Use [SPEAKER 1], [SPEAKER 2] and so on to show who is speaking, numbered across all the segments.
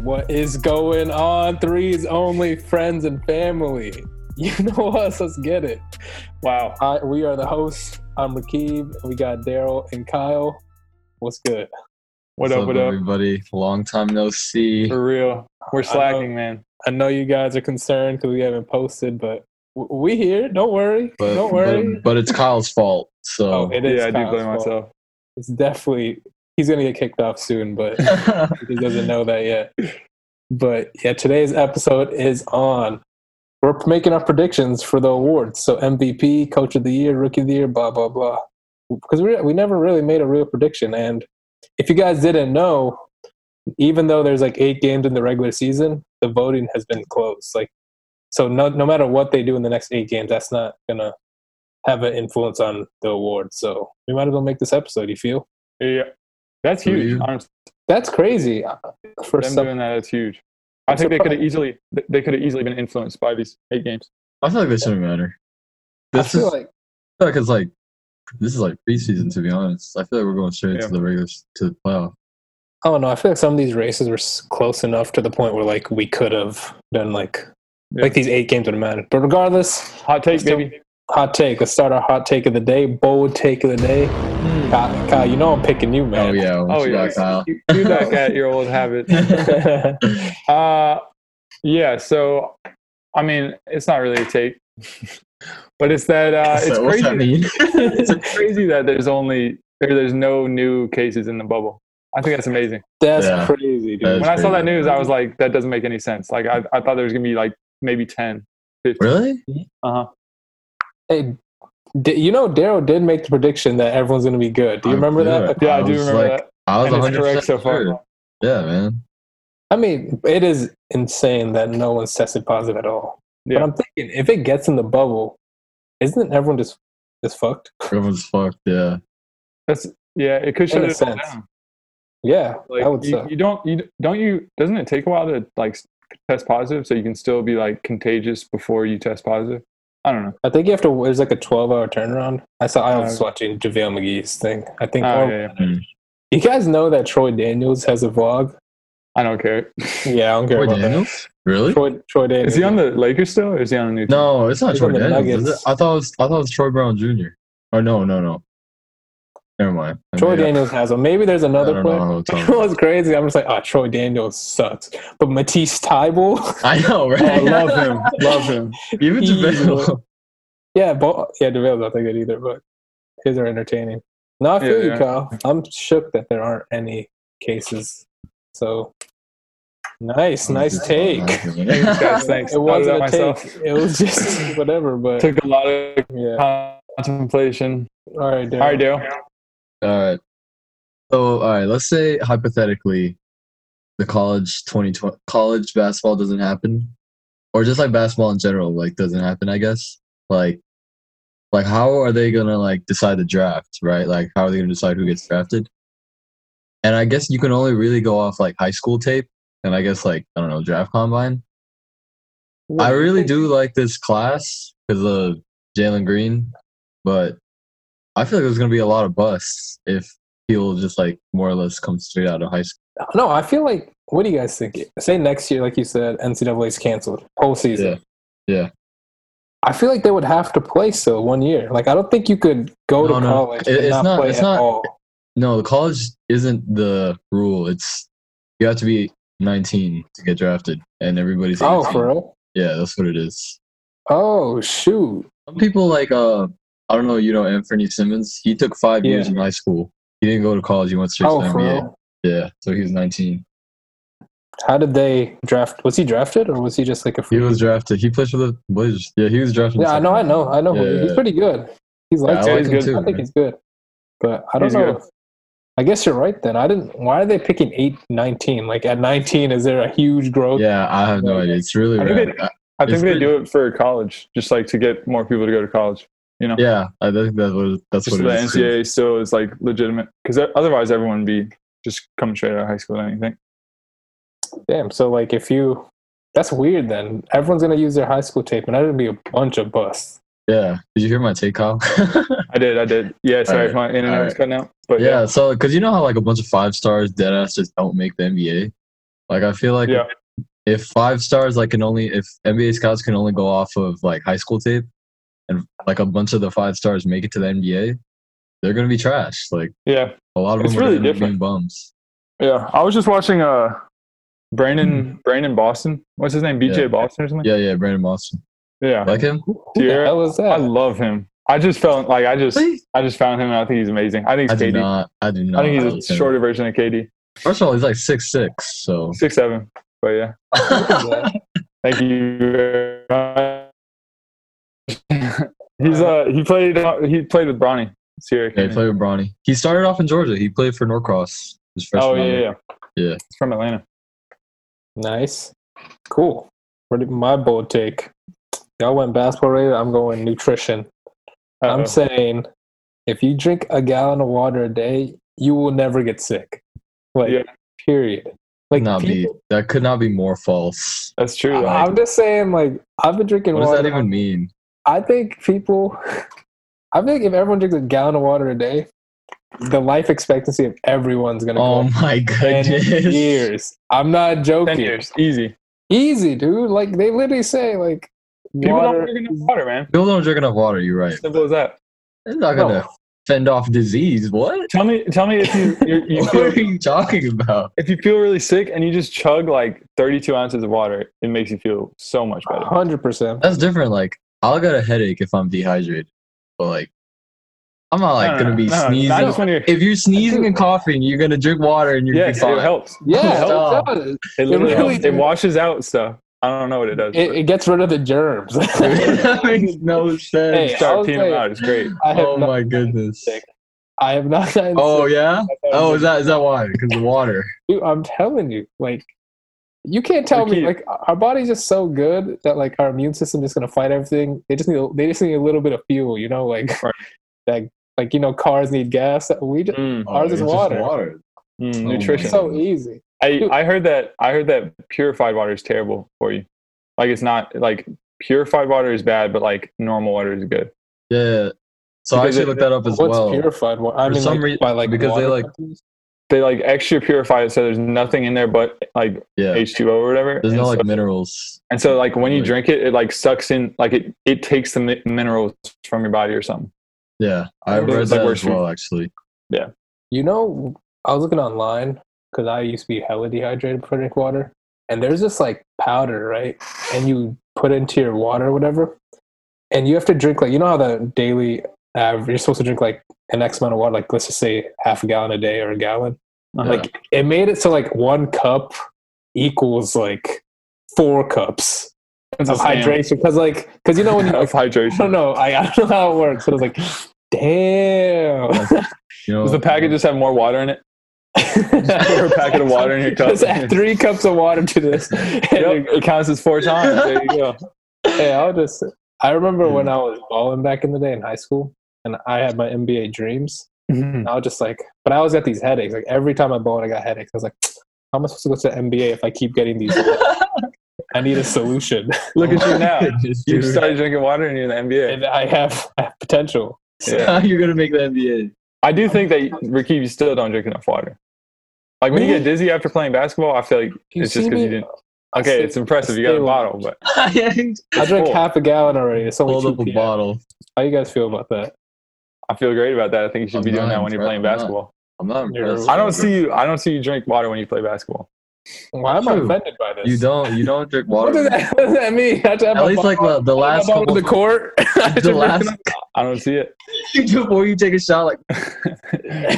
[SPEAKER 1] What is going on? Threes only friends and family. You know us. Let's get it.
[SPEAKER 2] Wow.
[SPEAKER 1] I, we are the hosts. I'm Rakib. We got Daryl and Kyle. What's good?
[SPEAKER 2] What
[SPEAKER 3] What's
[SPEAKER 2] up, what up?
[SPEAKER 3] everybody? Long time no see.
[SPEAKER 2] For real. We're slacking, man.
[SPEAKER 1] I know you guys are concerned because we haven't posted, but w- we here. Don't worry.
[SPEAKER 3] But,
[SPEAKER 1] Don't worry.
[SPEAKER 3] But, but it's Kyle's fault.
[SPEAKER 1] Oh,
[SPEAKER 3] So
[SPEAKER 1] it is
[SPEAKER 2] yeah, I do
[SPEAKER 1] Kyle's
[SPEAKER 2] blame
[SPEAKER 1] fault.
[SPEAKER 2] myself.
[SPEAKER 1] It's definitely he's gonna get kicked off soon, but he doesn't know that yet. But yeah, today's episode is on. We're making our predictions for the awards. So MVP, Coach of the Year, Rookie of the Year, blah blah blah. Because we we never really made a real prediction. And if you guys didn't know, even though there's like eight games in the regular season, the voting has been closed. Like so, no no matter what they do in the next eight games, that's not gonna have an influence on the awards. So we might as well make this episode. You feel?
[SPEAKER 2] Yeah. That's
[SPEAKER 3] For
[SPEAKER 2] huge.
[SPEAKER 3] you.
[SPEAKER 2] Honestly,
[SPEAKER 1] That's crazy. uh, For
[SPEAKER 2] them
[SPEAKER 1] some-
[SPEAKER 2] doing that, that's huge. I
[SPEAKER 1] I'm
[SPEAKER 2] think they could have
[SPEAKER 1] surprised.
[SPEAKER 2] easily they could have easily been influenced by these eight games.
[SPEAKER 3] I feel like this shouldn't matter.
[SPEAKER 1] I
[SPEAKER 3] This is
[SPEAKER 1] feel
[SPEAKER 3] like,
[SPEAKER 1] like
[SPEAKER 3] like it's like this is like preseason to be honest. I feel like we're going straight
[SPEAKER 2] Yeah.
[SPEAKER 3] to the regular s- to the playoff.
[SPEAKER 1] I don't know. Oh, I feel like some of these races were s- close enough to the point where like we could have done like
[SPEAKER 2] Yeah.
[SPEAKER 1] like these eight games would have mattered. But regardless,
[SPEAKER 2] Hot take,
[SPEAKER 1] Let's do-
[SPEAKER 2] baby.
[SPEAKER 1] hot take. Let's start our hot take of the day. Bold take of the day. Kyle, Kyle, you know I'm picking you,
[SPEAKER 3] Oh
[SPEAKER 1] man.
[SPEAKER 3] yeah, Hmm. what
[SPEAKER 2] Oh
[SPEAKER 3] you
[SPEAKER 2] yeah.
[SPEAKER 3] got, Kyle?
[SPEAKER 2] You, you back at your old habit.
[SPEAKER 1] yeah.
[SPEAKER 2] Uh yeah, so I mean, it's not really a take. but it's that uh it's
[SPEAKER 3] So,
[SPEAKER 2] crazy
[SPEAKER 3] what's that mean?
[SPEAKER 2] it's crazy that there's only there, there's no new cases in the bubble. I think that's amazing.
[SPEAKER 1] That's
[SPEAKER 3] Yeah.
[SPEAKER 1] crazy, dude.
[SPEAKER 3] That is-
[SPEAKER 2] when I saw that
[SPEAKER 3] crazy.
[SPEAKER 2] news, I was like, that doesn't make any sense. Like, I, I thought there was going to be like maybe 10.
[SPEAKER 3] really?
[SPEAKER 2] Uh-huh.
[SPEAKER 1] hey, d- you know, Daryl did make the prediction that everyone's going to be good. Do you
[SPEAKER 3] I
[SPEAKER 1] remember
[SPEAKER 3] did.
[SPEAKER 1] that?
[SPEAKER 2] Yeah, I,
[SPEAKER 3] I
[SPEAKER 2] do
[SPEAKER 3] was
[SPEAKER 2] remember
[SPEAKER 3] like,
[SPEAKER 2] that.
[SPEAKER 3] I was
[SPEAKER 2] And it's
[SPEAKER 3] 100
[SPEAKER 2] correct so far.
[SPEAKER 3] Yeah, man.
[SPEAKER 1] I mean, it is insane that no one's tested positive at all. But
[SPEAKER 2] Yeah.
[SPEAKER 1] I'm thinking if it gets in the bubble, isn't everyone just just fucked?
[SPEAKER 3] Everyone's fucked. Yeah.
[SPEAKER 2] That's, yeah, it could shut
[SPEAKER 1] a
[SPEAKER 2] it all
[SPEAKER 1] sense.
[SPEAKER 2] down.
[SPEAKER 1] Yeah,
[SPEAKER 2] Like,
[SPEAKER 1] that would
[SPEAKER 2] you,
[SPEAKER 1] suck.
[SPEAKER 2] you don't, you don't, you, doesn't it take a while to like test positive so you can still be like contagious before you test positive? I don't know.
[SPEAKER 1] I think you have to. There's like a 12 hour turnaround. I saw. I was
[SPEAKER 2] Oh.
[SPEAKER 1] watching JaVale McGee's thing. I think.
[SPEAKER 2] Oh,
[SPEAKER 1] or-
[SPEAKER 2] yeah, yeah.
[SPEAKER 1] You guys know that Troy Daniels has a vlog.
[SPEAKER 2] I don't care.
[SPEAKER 1] Yeah, I don't care
[SPEAKER 3] Troy
[SPEAKER 1] about
[SPEAKER 3] Daniels?
[SPEAKER 1] that.
[SPEAKER 3] Really?
[SPEAKER 1] Troy, Troy Daniels.
[SPEAKER 2] Is he on the Lakers still or is he on a new team?
[SPEAKER 3] No, it's not
[SPEAKER 1] He's
[SPEAKER 3] Troy
[SPEAKER 1] on the
[SPEAKER 3] Daniels. is it?
[SPEAKER 1] Nuggets.
[SPEAKER 3] I thought it was I thought it was Troy Brown Jr. Oh no, no, no. Never mind. I
[SPEAKER 1] Troy
[SPEAKER 3] made up.
[SPEAKER 1] Daniels has one. Maybe there's
[SPEAKER 3] I
[SPEAKER 1] another
[SPEAKER 3] don't
[SPEAKER 1] player.
[SPEAKER 3] know how to
[SPEAKER 1] It
[SPEAKER 3] talk.
[SPEAKER 1] was crazy. I'm just like, oh, Troy Daniels sucks. But Matisse Tybel,
[SPEAKER 3] Oh, I know, right?
[SPEAKER 1] I
[SPEAKER 2] Love him. Love him.
[SPEAKER 3] Even
[SPEAKER 1] Evil.
[SPEAKER 3] Javale.
[SPEAKER 1] yeah, but yeah, JaVale's not that good either. But his are entertaining. No, I feel
[SPEAKER 2] Yeah,
[SPEAKER 1] you,
[SPEAKER 2] yeah.
[SPEAKER 1] Kyle. I'm shook that there aren't any cases. So nice, nice take.
[SPEAKER 2] Thanks, guys. Thanks.
[SPEAKER 1] It wasn't a
[SPEAKER 2] Thought about
[SPEAKER 1] take. It was just whatever. But
[SPEAKER 2] Took a lot of
[SPEAKER 1] yeah.
[SPEAKER 2] contemplation.
[SPEAKER 1] All right, Daryl.
[SPEAKER 2] All right, Dale.
[SPEAKER 3] All right. So, all right. Let's say hypothetically, the college twenty twenty college basketball doesn't happen, or just like basketball in general, like doesn't happen. I guess like, like how are they gonna like decide the draft, right? Like how are they gonna decide who gets drafted? And I guess you can only really go off like high school tape, and I guess like I don't know draft combine. I really do like this class because of Jalen Green, but I feel like there's gonna be a lot of busts if people just like more or less come straight out of high school.
[SPEAKER 1] No, I feel like. What do you guys think? Say next year, like you said, NCAA's canceled whole season.
[SPEAKER 3] Yeah. Yeah.
[SPEAKER 1] I feel like they would have to play still one year. Like I don't think you could go
[SPEAKER 3] No,
[SPEAKER 1] to
[SPEAKER 3] no.
[SPEAKER 1] college
[SPEAKER 3] It-
[SPEAKER 1] and
[SPEAKER 3] it's
[SPEAKER 1] not,
[SPEAKER 3] not-
[SPEAKER 1] play
[SPEAKER 3] it's
[SPEAKER 1] at
[SPEAKER 3] not-
[SPEAKER 1] all.
[SPEAKER 3] No, the college isn't the rule. It's you have to be 19 to get drafted, and everybody's 18.
[SPEAKER 1] Oh, for real?
[SPEAKER 3] yeah, that's what it is.
[SPEAKER 1] Oh shoot!
[SPEAKER 3] Some people like uh, I don't know, you know, Anthony Simmons. He took five years in high school. He didn't go to college. He went straight
[SPEAKER 1] Oh,
[SPEAKER 3] to
[SPEAKER 1] for
[SPEAKER 3] NBA.
[SPEAKER 1] real?
[SPEAKER 3] Yeah, so he was 19.
[SPEAKER 1] How did they draft? Was he drafted or was he just like a
[SPEAKER 3] He
[SPEAKER 1] free?
[SPEAKER 3] was drafted. He played for the Blazers. Yeah, he was drafted.
[SPEAKER 1] yeah, I know, I know, I know. who he-
[SPEAKER 3] Yeah,
[SPEAKER 1] He's
[SPEAKER 3] yeah.
[SPEAKER 1] pretty good. He's
[SPEAKER 3] Yeah,
[SPEAKER 1] like,
[SPEAKER 3] I
[SPEAKER 2] Yeah,
[SPEAKER 3] like
[SPEAKER 2] he's
[SPEAKER 3] him
[SPEAKER 2] good.
[SPEAKER 3] too.
[SPEAKER 1] I think
[SPEAKER 3] man.
[SPEAKER 1] he's good, but I don't
[SPEAKER 2] He's
[SPEAKER 1] know.
[SPEAKER 2] good.
[SPEAKER 1] I guess you're right. Then I didn't. Why are they picking eight, 19? Like at nineteen, is there a huge growth?
[SPEAKER 3] Yeah, I have no idea. It's really
[SPEAKER 2] I
[SPEAKER 3] rare.
[SPEAKER 2] think
[SPEAKER 3] I-
[SPEAKER 2] I think
[SPEAKER 3] It's
[SPEAKER 2] they
[SPEAKER 3] good.
[SPEAKER 2] do it for college, just like to get more people to go to college. You know,
[SPEAKER 3] yeah, I think that's what that's
[SPEAKER 2] just so
[SPEAKER 3] what
[SPEAKER 2] the
[SPEAKER 3] it is. too.
[SPEAKER 2] NCAA still is like legitimate because otherwise everyone would be just coming straight out of high school. I think.
[SPEAKER 1] Damn. So like, if you, that's weird. Then everyone's gonna use their high school tape, and that'd be a bunch of busts.
[SPEAKER 3] Yeah. Did you hear my take, Kyle?
[SPEAKER 2] I did. I did. Yeah. Sorry, if my internet
[SPEAKER 3] All
[SPEAKER 2] was
[SPEAKER 3] right.
[SPEAKER 2] cutting out. But yeah,
[SPEAKER 3] yeah. So, because you know how like a bunch of five stars dead ass just don't make the NBA. Like I feel like
[SPEAKER 2] Yeah.
[SPEAKER 3] if five stars like can only if NBA scouts can only go off of like high school tape and like a bunch of the five stars make it to the NBA, they're gonna be trash. Like
[SPEAKER 2] Yeah.
[SPEAKER 3] a lot of
[SPEAKER 2] It's
[SPEAKER 3] them
[SPEAKER 2] really
[SPEAKER 3] are gonna end up
[SPEAKER 2] different.
[SPEAKER 3] being bums.
[SPEAKER 2] Yeah. I was just watching uh Brandon Brandon Boston. What's his name? BJ
[SPEAKER 3] Hmm. Yeah.
[SPEAKER 2] Boston or something?
[SPEAKER 3] Yeah, yeah, Brandon Boston.
[SPEAKER 2] Yeah.
[SPEAKER 3] Like him?
[SPEAKER 1] Who who the
[SPEAKER 2] Sierra,
[SPEAKER 1] hell was
[SPEAKER 2] I
[SPEAKER 1] that?
[SPEAKER 2] love him. I just felt like I just I just found him and I think he's amazing. I think
[SPEAKER 3] I
[SPEAKER 2] he's
[SPEAKER 3] do
[SPEAKER 2] KD.
[SPEAKER 3] not. I do not.
[SPEAKER 2] I think he's
[SPEAKER 3] like
[SPEAKER 2] a
[SPEAKER 3] him.
[SPEAKER 2] shorter version of KD.
[SPEAKER 3] First of all, he's like six six. So
[SPEAKER 2] Six seven. But yeah. Thank you very much. he's uh he played he played with Bronny. Sierra.
[SPEAKER 3] yeah, he played with Bronny. He started off in Georgia. He played for Norcross. His
[SPEAKER 2] oh
[SPEAKER 3] freshman
[SPEAKER 2] yeah,
[SPEAKER 3] year.
[SPEAKER 2] yeah.
[SPEAKER 3] Yeah.
[SPEAKER 2] He's from Atlanta.
[SPEAKER 1] Nice. Cool. Where did my bold take? Y'all went basketball rated. I'm going nutrition.
[SPEAKER 2] Uh-oh.
[SPEAKER 1] I'm saying if you drink a gallon of water a day, you will never get sick. Like,
[SPEAKER 2] Yeah.
[SPEAKER 1] period. Like,
[SPEAKER 3] Could not be.
[SPEAKER 1] people-
[SPEAKER 3] That could not be more false.
[SPEAKER 2] That's true. though.
[SPEAKER 1] I- I'm just saying, like, I've been drinking
[SPEAKER 3] What
[SPEAKER 1] water.
[SPEAKER 3] does that even mean?
[SPEAKER 1] I think people, I think if everyone drinks a gallon of water a day, the life expectancy of everyone's going to
[SPEAKER 3] Oh
[SPEAKER 1] go up
[SPEAKER 3] my
[SPEAKER 1] 10
[SPEAKER 3] goodness.
[SPEAKER 1] years. I'm not
[SPEAKER 2] Ten
[SPEAKER 1] joking.
[SPEAKER 2] years, easy.
[SPEAKER 1] Easy, dude. Like, they literally say, like,
[SPEAKER 2] People
[SPEAKER 1] water.
[SPEAKER 2] don't drink enough water, man.
[SPEAKER 3] People don't drink enough water. You're right.
[SPEAKER 2] Simple as that.
[SPEAKER 3] It's not
[SPEAKER 1] No.
[SPEAKER 3] gonna fend off disease. What?
[SPEAKER 2] Tell me, tell me if you you you
[SPEAKER 3] what are
[SPEAKER 2] feel
[SPEAKER 3] you talking about?
[SPEAKER 2] if you feel really sick and you just chug like 32 ounces of water, it makes you feel so much better.
[SPEAKER 1] 100%.
[SPEAKER 3] That's different. Like I'll get a headache if I'm dehydrated, but like I'm not like
[SPEAKER 2] No, no,
[SPEAKER 3] gonna be
[SPEAKER 2] no, no,
[SPEAKER 3] sneezing.
[SPEAKER 2] Not just when you're,
[SPEAKER 3] if you're sneezing and coughing, you're gonna drink water and you're
[SPEAKER 2] yeah,
[SPEAKER 3] gonna
[SPEAKER 2] it
[SPEAKER 3] be fine.
[SPEAKER 2] helps.
[SPEAKER 1] Yeah,
[SPEAKER 3] Stop.
[SPEAKER 1] it does.
[SPEAKER 2] It literally
[SPEAKER 1] really does.
[SPEAKER 2] helps. It washes out stuff. I don't know what it does.
[SPEAKER 1] It, it gets rid of the germs.
[SPEAKER 3] that makes no
[SPEAKER 2] but
[SPEAKER 1] Hey,
[SPEAKER 3] sense.
[SPEAKER 1] I
[SPEAKER 2] start
[SPEAKER 1] was
[SPEAKER 2] peeing them
[SPEAKER 1] like-
[SPEAKER 2] out. It's great.
[SPEAKER 1] I have
[SPEAKER 3] oh
[SPEAKER 1] not,
[SPEAKER 3] my goodness.
[SPEAKER 1] sick. I have not gotten
[SPEAKER 3] Oh
[SPEAKER 1] sick.
[SPEAKER 3] yeah. Oh, is that is that why? Because the water.
[SPEAKER 1] Dude, I'm telling you, like, you can't tell me,
[SPEAKER 2] Ricky-
[SPEAKER 1] like, our body's just so good that like our immune system is gonna fight everything. They just need, they just need a little bit of fuel, you know, like,
[SPEAKER 2] Right.
[SPEAKER 1] like, like you know, cars need gas. We just
[SPEAKER 2] Mm,
[SPEAKER 1] Ours
[SPEAKER 3] Oh,
[SPEAKER 1] is
[SPEAKER 3] it's just
[SPEAKER 1] water.
[SPEAKER 3] water.
[SPEAKER 2] mm,
[SPEAKER 3] Oh my
[SPEAKER 2] nutrition.
[SPEAKER 1] it's so easy.
[SPEAKER 2] I, I heard that I heard that purified water is terrible for you. Like it's not like purified water is bad, but like normal water is good.
[SPEAKER 3] Yeah. So I
[SPEAKER 2] Because
[SPEAKER 3] actually
[SPEAKER 2] it-
[SPEAKER 3] looked that up as
[SPEAKER 1] What's
[SPEAKER 3] well.
[SPEAKER 1] purified? Well, I
[SPEAKER 3] For
[SPEAKER 1] mean,
[SPEAKER 3] some
[SPEAKER 1] like,
[SPEAKER 3] reason-
[SPEAKER 1] by like
[SPEAKER 3] because
[SPEAKER 1] water
[SPEAKER 3] they, like-
[SPEAKER 1] companies?
[SPEAKER 2] They like extra purify it so there's nothing in there but like
[SPEAKER 3] Yeah.
[SPEAKER 2] H2O or whatever.
[SPEAKER 3] There's
[SPEAKER 2] and,
[SPEAKER 3] no
[SPEAKER 2] so,
[SPEAKER 3] like minerals.
[SPEAKER 2] and so, like when you
[SPEAKER 3] Like-
[SPEAKER 2] drink it, it like sucks in like it it takes the mi- minerals from your body or something.
[SPEAKER 3] Yeah, I
[SPEAKER 2] Those
[SPEAKER 3] read
[SPEAKER 2] that
[SPEAKER 3] that
[SPEAKER 2] work
[SPEAKER 3] as
[SPEAKER 2] for you.
[SPEAKER 3] well. Actually,
[SPEAKER 1] You know, I was looking online because I used to be hella dehydrated for drink water, and there's this like powder, right? And you put into your water or whatever, and you have to drink like you know how the daily average you're supposed to drink like an X amount of water, like let's just say half a gallon a day or a gallon.
[SPEAKER 2] Uh-huh.
[SPEAKER 1] Like it made it so like one cup equals like four cups
[SPEAKER 2] It's a
[SPEAKER 1] of
[SPEAKER 2] scam.
[SPEAKER 1] hydration because like because you know when you
[SPEAKER 2] of
[SPEAKER 1] like, I
[SPEAKER 2] hydration.
[SPEAKER 1] don't know I, I don't know how it works, but it's like damn.
[SPEAKER 3] you know,
[SPEAKER 2] Does the packet just have more water in it? Pour a packet of water in your cup.
[SPEAKER 1] Just add three cups of water to this. And
[SPEAKER 2] Yep, it counts as four times. There you go.
[SPEAKER 1] hey, I'll just. I remember when
[SPEAKER 2] Mm.
[SPEAKER 1] I was balling back in the day in high school, and I had my NBA dreams. And I was just like, but I always got these headaches. Like every time I balled, I got headaches. I was like, how am I supposed to go to the NBA if I keep getting these? I need a solution,
[SPEAKER 2] Look at you now. You
[SPEAKER 3] you
[SPEAKER 2] started drinking water and you're in the NBA.
[SPEAKER 1] and I have, I have potential.
[SPEAKER 2] Yeah.
[SPEAKER 3] are gonna make the NBA.
[SPEAKER 2] I do think that Ricky, you still don't drink enough water. Like when you get
[SPEAKER 1] Really?
[SPEAKER 2] dizzy after playing basketball, I feel like
[SPEAKER 1] You
[SPEAKER 2] it's just
[SPEAKER 1] see
[SPEAKER 2] because you
[SPEAKER 1] me?
[SPEAKER 2] didn't. Okay, it's impressive. You got a
[SPEAKER 1] Still-
[SPEAKER 2] bottle, but
[SPEAKER 1] I drank
[SPEAKER 2] full.
[SPEAKER 1] half a gallon already. It's only
[SPEAKER 3] Hold
[SPEAKER 1] two
[SPEAKER 3] up a
[SPEAKER 1] p.m.
[SPEAKER 3] bottle.
[SPEAKER 1] How you guys feel about that?
[SPEAKER 2] I feel great about that. I think you should
[SPEAKER 3] I'm
[SPEAKER 2] be doing
[SPEAKER 3] not
[SPEAKER 2] that when you're
[SPEAKER 3] impressed.
[SPEAKER 2] playing basketball.
[SPEAKER 3] I'm not. I'm not
[SPEAKER 1] You're-
[SPEAKER 3] impressed.
[SPEAKER 2] I don't see you. I don't see you drink water when you play basketball.
[SPEAKER 1] Why am I
[SPEAKER 3] True.
[SPEAKER 1] offended by this?
[SPEAKER 3] You don't. You don't drink
[SPEAKER 1] What does
[SPEAKER 3] water.
[SPEAKER 1] that, what does that mean? I have to have
[SPEAKER 3] At
[SPEAKER 1] my
[SPEAKER 3] least like
[SPEAKER 1] bottle-
[SPEAKER 3] the, the last
[SPEAKER 1] my bottle
[SPEAKER 3] couple.
[SPEAKER 1] in the court. I have to
[SPEAKER 3] the
[SPEAKER 1] drink
[SPEAKER 3] last
[SPEAKER 1] it.
[SPEAKER 2] I don't see it.
[SPEAKER 3] before you take a shot. Like
[SPEAKER 1] How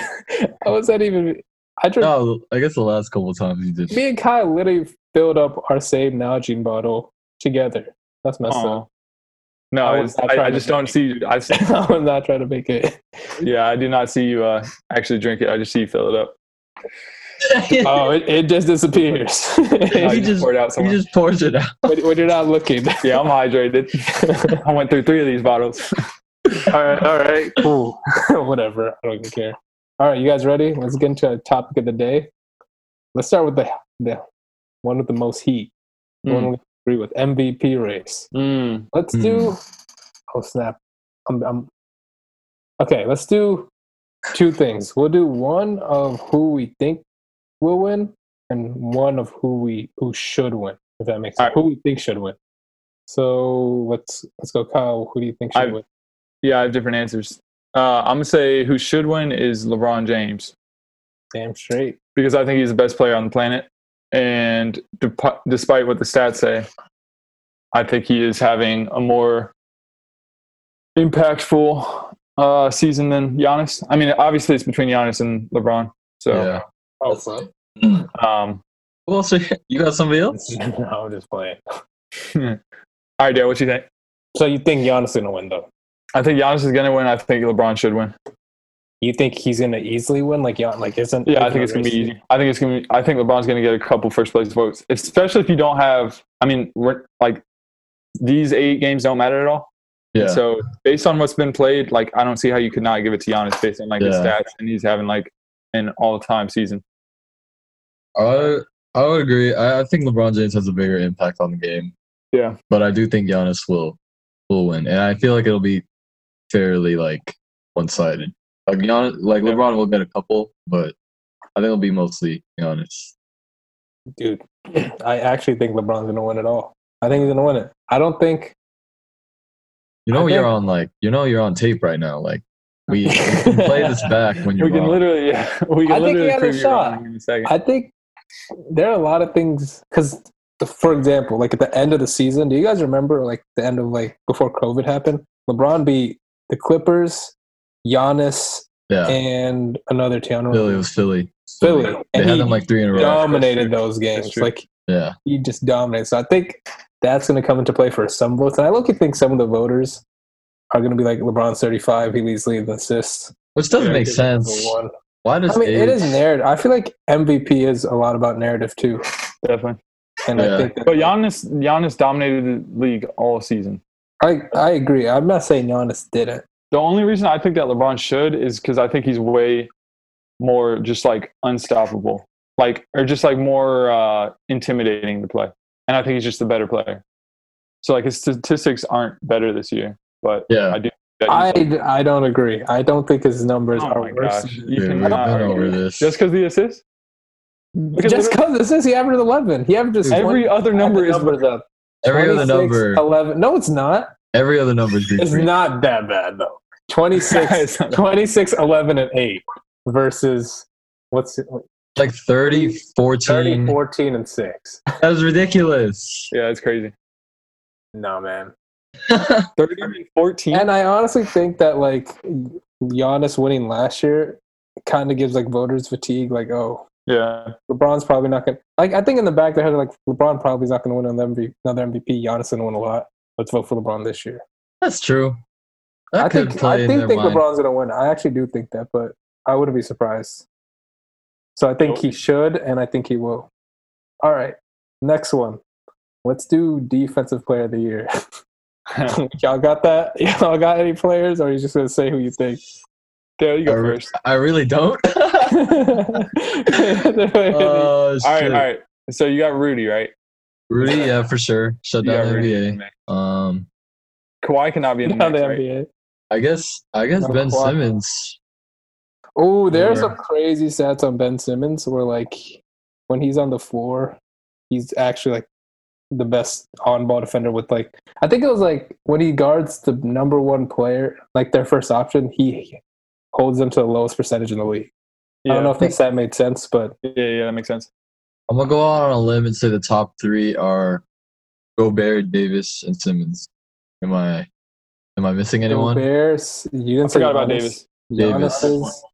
[SPEAKER 1] was that even? I drink.
[SPEAKER 3] no, I guess the last couple times you did.
[SPEAKER 1] Me and Kyle literally filled up our same Nalgene bottle together. That's messed
[SPEAKER 2] Aw.
[SPEAKER 1] up.
[SPEAKER 2] No,
[SPEAKER 1] I
[SPEAKER 2] I,
[SPEAKER 1] was not
[SPEAKER 2] I,
[SPEAKER 1] trying
[SPEAKER 2] I
[SPEAKER 1] to
[SPEAKER 2] just don't see you. I, s-
[SPEAKER 1] I'm not trying to make it.
[SPEAKER 2] yeah, I do not see you uh, actually drink it. I just see you fill it up.
[SPEAKER 1] Oh, it, it just disappears
[SPEAKER 2] Uh,
[SPEAKER 1] when,
[SPEAKER 2] you
[SPEAKER 3] just-
[SPEAKER 2] pour it out
[SPEAKER 3] he
[SPEAKER 2] somewhere.
[SPEAKER 3] just pours it out.
[SPEAKER 1] when you're not looking.
[SPEAKER 2] yeah, I'm hydrated. I went through three of these bottles.
[SPEAKER 1] all right, all right, cool. Whatever. I don't even care. All right, you guys ready? Let's get into our topic of the day. Let's start with the the one with the most heat. The one we agree with MVP race.
[SPEAKER 2] Mm.
[SPEAKER 1] Let's
[SPEAKER 3] Hmm.
[SPEAKER 1] do. Oh snap! I'm, I'm. Okay, let's do two things. We'll do one of who we think will win, and one of who we who should win, if that makes sense.
[SPEAKER 2] All right.
[SPEAKER 1] Who we think should win. So let's let's go, Kyle. Who do you think should
[SPEAKER 2] I-
[SPEAKER 1] win?
[SPEAKER 2] Yeah, I have different answers. Uh, I'm gonna say who should win is LeBron James.
[SPEAKER 1] Damn straight.
[SPEAKER 2] because I think he's the best player on the planet. And dep- despite what the stats say, I think he is having a more impactful uh, season than Giannis. I mean, obviously it's between Giannis and LeBron. So,
[SPEAKER 3] yeah.
[SPEAKER 2] Oh.
[SPEAKER 3] That's not.
[SPEAKER 2] um,
[SPEAKER 3] Well, so you got somebody else?
[SPEAKER 1] no, I'm just playing.
[SPEAKER 2] all right, Dale, what you think?
[SPEAKER 1] So you think Giannis is gonna win though?
[SPEAKER 2] I think Giannis is going to win. I think LeBron should win.
[SPEAKER 1] You think he's gonna easily win? Like Gian, like isn't
[SPEAKER 2] Yeah, I think it's going to be easy. I think it's going to be. I think LeBron's going to get a couple first place votes, especially if you don't have. I mean, we're, like these eight games don't matter at all.
[SPEAKER 3] Yeah.
[SPEAKER 2] So based on what's been played, like I don't see how you could not give it to Giannis based on like his
[SPEAKER 3] Yeah.
[SPEAKER 2] stats and he's having like an all time season.
[SPEAKER 3] I, I would agree. I, I think LeBron James has a bigger impact on the game.
[SPEAKER 2] Yeah.
[SPEAKER 3] But I do think Giannis will will win. And I feel like it'll be fairly like one sided. Like Giannis, like
[SPEAKER 2] Yeah.
[SPEAKER 3] LeBron will get a couple, but I think it'll be mostly Giannis.
[SPEAKER 1] dude. I actually think LeBron's gonna win it all. I think he's gonna win it. I don't think
[SPEAKER 3] You
[SPEAKER 1] I
[SPEAKER 3] know you're
[SPEAKER 1] think-
[SPEAKER 3] on like you know you're on tape right now. Like we, we can play this back when you're
[SPEAKER 2] We can
[SPEAKER 3] wrong.
[SPEAKER 2] literally, we
[SPEAKER 1] I
[SPEAKER 2] can
[SPEAKER 1] think he
[SPEAKER 2] literally
[SPEAKER 1] has a
[SPEAKER 2] prove you
[SPEAKER 1] shot.
[SPEAKER 2] wrong in a second.
[SPEAKER 1] I think there are a lot of things because, for example, like at the end of the season, do you guys remember like the end of like before COVID happened? LeBron beat the Clippers, Giannis,
[SPEAKER 3] yeah.
[SPEAKER 1] and another team. I don't
[SPEAKER 3] Philly it
[SPEAKER 1] remember.
[SPEAKER 3] was Philly.
[SPEAKER 1] Philly.
[SPEAKER 3] They
[SPEAKER 1] And
[SPEAKER 3] had
[SPEAKER 1] he
[SPEAKER 3] them like three in a row.
[SPEAKER 1] dominated those
[SPEAKER 2] That's
[SPEAKER 1] games.
[SPEAKER 2] true.
[SPEAKER 1] Like
[SPEAKER 3] Yeah.
[SPEAKER 1] he just dominated. So I think that's going to come into play for some votes. And I look at think some of the voters are going to be like LeBron's 35. He leads lead in assists.
[SPEAKER 3] Which doesn't
[SPEAKER 2] Yeah,
[SPEAKER 3] make
[SPEAKER 1] He's number
[SPEAKER 3] sense.
[SPEAKER 1] one.
[SPEAKER 3] Why does
[SPEAKER 1] I mean, it
[SPEAKER 3] age-
[SPEAKER 1] is narrative. I feel like MVP is a lot about narrative too.
[SPEAKER 2] Definitely.
[SPEAKER 1] And
[SPEAKER 3] Yeah.
[SPEAKER 1] I think that
[SPEAKER 2] But Giannis, Giannis dominated the league all season.
[SPEAKER 1] I I agree. I'm not saying Giannis didn't.
[SPEAKER 2] The only reason I think that LeBron should is because I think he's way more just like unstoppable, like or just like more uh, intimidating to play, and I think he's just a better player. So like his statistics aren't better this year, but
[SPEAKER 3] Yeah.
[SPEAKER 2] I do. think that he's,
[SPEAKER 1] I,
[SPEAKER 2] like,
[SPEAKER 1] I don't agree. I don't think his numbers
[SPEAKER 2] Oh my
[SPEAKER 1] are worse.
[SPEAKER 2] gosh.
[SPEAKER 3] Dude,
[SPEAKER 2] You
[SPEAKER 3] we've
[SPEAKER 2] cannot
[SPEAKER 3] been over
[SPEAKER 2] argue.
[SPEAKER 3] this.
[SPEAKER 2] Just because the assist? Because
[SPEAKER 1] Just
[SPEAKER 2] literally
[SPEAKER 1] because it says he averaged 11. He averages
[SPEAKER 2] every
[SPEAKER 1] 20.
[SPEAKER 2] other number is
[SPEAKER 1] Numbers up.
[SPEAKER 3] every other
[SPEAKER 1] 26,
[SPEAKER 3] number.
[SPEAKER 1] 11. No, it's not.
[SPEAKER 3] Every other number is
[SPEAKER 1] It's
[SPEAKER 3] Greek.
[SPEAKER 1] not that bad though. 26,
[SPEAKER 2] It's not-
[SPEAKER 1] 26 11 and 8 versus what's it,
[SPEAKER 3] like 30,
[SPEAKER 1] 30
[SPEAKER 3] 14.
[SPEAKER 1] 14 and 6.
[SPEAKER 3] That was ridiculous.
[SPEAKER 2] yeah, it's crazy.
[SPEAKER 1] No, man.
[SPEAKER 3] yeah,
[SPEAKER 2] Thirty and fourteen.
[SPEAKER 1] And I honestly think that like Giannis winning last year kind of gives like voters fatigue like oh
[SPEAKER 2] yeah,
[SPEAKER 1] LeBron's probably not gonna like. I think in the back of their head, like LeBron probably is not gonna win another MVP. Another MVP. Giannis gonna win a lot. Let's vote for LeBron this year.
[SPEAKER 3] that's true. That
[SPEAKER 1] I
[SPEAKER 3] could
[SPEAKER 1] think
[SPEAKER 3] play
[SPEAKER 1] I
[SPEAKER 3] in
[SPEAKER 1] think,
[SPEAKER 3] their
[SPEAKER 1] think
[SPEAKER 3] mind.
[SPEAKER 1] LeBron's gonna win. I actually do think that, but I wouldn't be surprised. So I think he should, and I think he will. All right, next one. Let's do defensive player of the year. Y'all got that? Y'all got any players, or are you just gonna say who you think?
[SPEAKER 2] there you
[SPEAKER 3] I,
[SPEAKER 2] go
[SPEAKER 3] re-
[SPEAKER 2] first.
[SPEAKER 3] I really don't.
[SPEAKER 1] All
[SPEAKER 3] Oh,
[SPEAKER 2] All right,
[SPEAKER 3] shit.
[SPEAKER 2] all right. So you got Rudy, right?
[SPEAKER 3] Rudy, yeah, for sure. Shut
[SPEAKER 2] You
[SPEAKER 3] down
[SPEAKER 2] got
[SPEAKER 3] the
[SPEAKER 2] Rudy.
[SPEAKER 3] NBA. Um,
[SPEAKER 2] Kawhi cannot be in the
[SPEAKER 1] Not the
[SPEAKER 2] mix, right?
[SPEAKER 1] NBA.
[SPEAKER 3] I guess I guess
[SPEAKER 1] No,
[SPEAKER 3] Ben
[SPEAKER 1] Kawhi.
[SPEAKER 3] Simmons.
[SPEAKER 1] Oh, there are
[SPEAKER 3] Or-
[SPEAKER 1] some crazy stats on Ben Simmons where like when he's on the floor, he's actually like the best on ball defender with like I think it was like when he guards the number one player, like their first option, he holds them to the lowest percentage in the league.
[SPEAKER 2] Yeah.
[SPEAKER 1] I don't know if that stat made sense, but
[SPEAKER 2] yeah, yeah, that makes sense.
[SPEAKER 3] I'm gonna go out on a limb and say the top three are Gobert, Davis, and Simmons. Am I am I missing anyone?
[SPEAKER 1] Bears, you didn't
[SPEAKER 2] I forgot about Davis.
[SPEAKER 3] Davis.
[SPEAKER 1] Giannis is-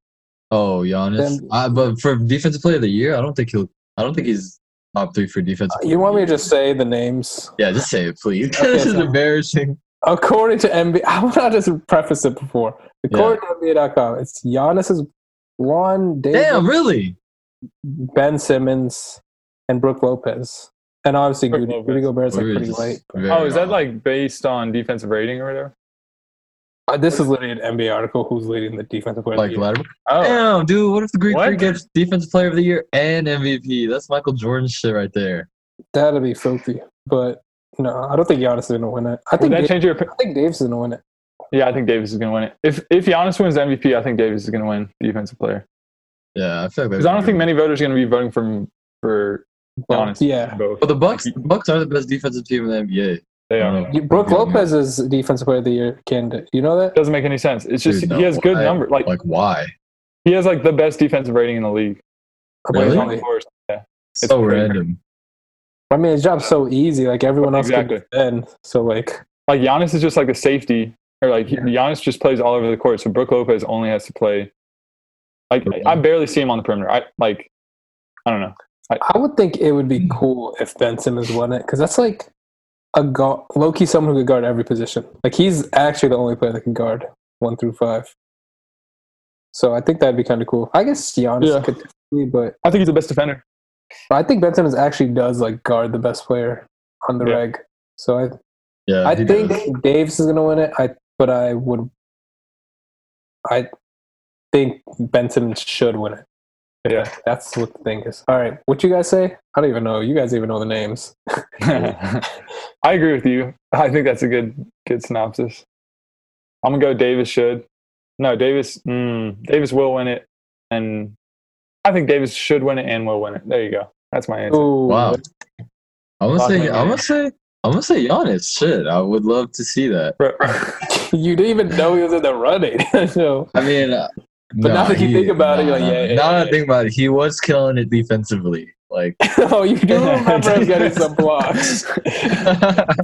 [SPEAKER 3] Oh, Giannis.
[SPEAKER 1] Then-
[SPEAKER 3] I, but for defensive player of the year, I don't think he'll. I don't think he's top three for defensive.
[SPEAKER 1] Uh, you want me to just say the names?
[SPEAKER 3] Yeah, just say it, please.
[SPEAKER 1] Okay,
[SPEAKER 3] this is
[SPEAKER 1] sorry.
[SPEAKER 3] embarrassing.
[SPEAKER 1] According to NBA, I want to just preface it before. According to NBA.com, it's Giannis is one, Davis,
[SPEAKER 3] Damn, really?
[SPEAKER 1] Ben Simmons and Brooke Lopez. And obviously,
[SPEAKER 2] Brook
[SPEAKER 1] Rudy,
[SPEAKER 2] Lopez.
[SPEAKER 1] Rudy Gobert's like
[SPEAKER 3] We were
[SPEAKER 1] pretty
[SPEAKER 3] just
[SPEAKER 1] late.
[SPEAKER 3] very
[SPEAKER 2] Oh, is that
[SPEAKER 3] wrong.
[SPEAKER 2] like based on defensive rating or whatever?
[SPEAKER 1] Uh, this is literally an NBA article who's leading the defensive player. of the
[SPEAKER 3] like
[SPEAKER 1] year.
[SPEAKER 3] lateral?
[SPEAKER 2] Oh,
[SPEAKER 3] Damn, dude! What if the Greek
[SPEAKER 2] What?
[SPEAKER 3] Freak gets defensive player of the year and MVP? That's Michael Jordan shit right there.
[SPEAKER 1] That'd be filthy. But no, I don't think Giannis is going to win it. I
[SPEAKER 2] would
[SPEAKER 1] think,
[SPEAKER 2] that
[SPEAKER 1] Dave,
[SPEAKER 2] change your? opi-
[SPEAKER 1] I think Davis is going to win it.
[SPEAKER 2] Yeah, I think Davis is gonna win it. If if Giannis wins MVP, I think Davis is gonna win defensive player.
[SPEAKER 3] Yeah, I feel like
[SPEAKER 2] Because I don't think many voters are going to be voting for for
[SPEAKER 1] But,
[SPEAKER 2] Giannis.
[SPEAKER 1] yeah.
[SPEAKER 2] both.
[SPEAKER 3] But the Bucks, Bucks are the best defensive team in the NBA.
[SPEAKER 2] They
[SPEAKER 3] I
[SPEAKER 2] are.
[SPEAKER 3] don't know.
[SPEAKER 1] You- Brooke Lopez is defensive player of the year candidate. You know that?
[SPEAKER 2] Doesn't make any sense. It's just
[SPEAKER 3] Dude, no,
[SPEAKER 2] he has good
[SPEAKER 3] I-
[SPEAKER 2] number. Like
[SPEAKER 3] Like why?
[SPEAKER 2] he has like the best defensive rating in the league.
[SPEAKER 3] Really?
[SPEAKER 2] On the course. It's
[SPEAKER 3] so
[SPEAKER 2] crazy.
[SPEAKER 3] random.
[SPEAKER 1] I mean, his job's so easy. Like everyone else
[SPEAKER 2] Exactly.
[SPEAKER 1] can defend. So like,
[SPEAKER 2] Like Giannis is just like the safety, or like he- Giannis just plays all over the court. So Brooke Lopez only has to play. Like
[SPEAKER 3] Mhm.
[SPEAKER 2] I barely see him on the perimeter. I like. I don't know.
[SPEAKER 1] I would think it would
[SPEAKER 2] Mm.
[SPEAKER 1] be cool if Ben Simmons won it because that's like a go- low key someone who could guard every position. Like he's actually the only player that can guard one through five. So I think that'd be kind of cool. I guess Giannis
[SPEAKER 2] Yeah.
[SPEAKER 1] could, definitely, but
[SPEAKER 2] I think he's the best defender.
[SPEAKER 1] but I think Ben Simmons actually does like guard the best player on the
[SPEAKER 2] Yeah.
[SPEAKER 1] reg. So I
[SPEAKER 3] Yeah,
[SPEAKER 1] I
[SPEAKER 3] he
[SPEAKER 1] think
[SPEAKER 3] does.
[SPEAKER 1] Davis is gonna win it. I but I would I think Benson should win it.
[SPEAKER 2] Yeah.
[SPEAKER 1] That's what the thing is. All right, what you guys say? I don't even know. You guys even know the names.
[SPEAKER 2] I agree with you. I think that's a good good synopsis. I'm gonna go. Davis should. No, Davis. Mm, Davis will win it, and I think Davis should win it and will win it. There you go. That's my answer.
[SPEAKER 1] Ooh,
[SPEAKER 3] Wow. I'm gonna
[SPEAKER 2] Fuck
[SPEAKER 3] say
[SPEAKER 2] me,
[SPEAKER 3] I'm
[SPEAKER 2] man.
[SPEAKER 3] gonna say I'm gonna say Giannis. Shit, I would love to see that.
[SPEAKER 2] Bro-
[SPEAKER 1] you didn't even know he was in the running. no.
[SPEAKER 3] I mean, uh,
[SPEAKER 1] But now that you think about it, you're like, yeah, yeah,
[SPEAKER 3] Now that
[SPEAKER 1] yeah.
[SPEAKER 3] I think about it, he was killing it defensively. Like,
[SPEAKER 1] Oh, you do remember him getting some blocks.